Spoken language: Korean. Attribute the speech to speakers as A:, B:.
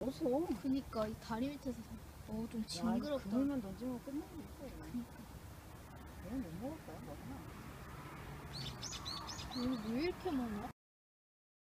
A: 무서워.
B: 그니까 이 다리 밑에서 어좀 징그럽다.
A: 그물만 던지면 끝나는 거 그냥 못 먹을 거야, 뭐 하나.
B: 여기 왜 이렇게 많아?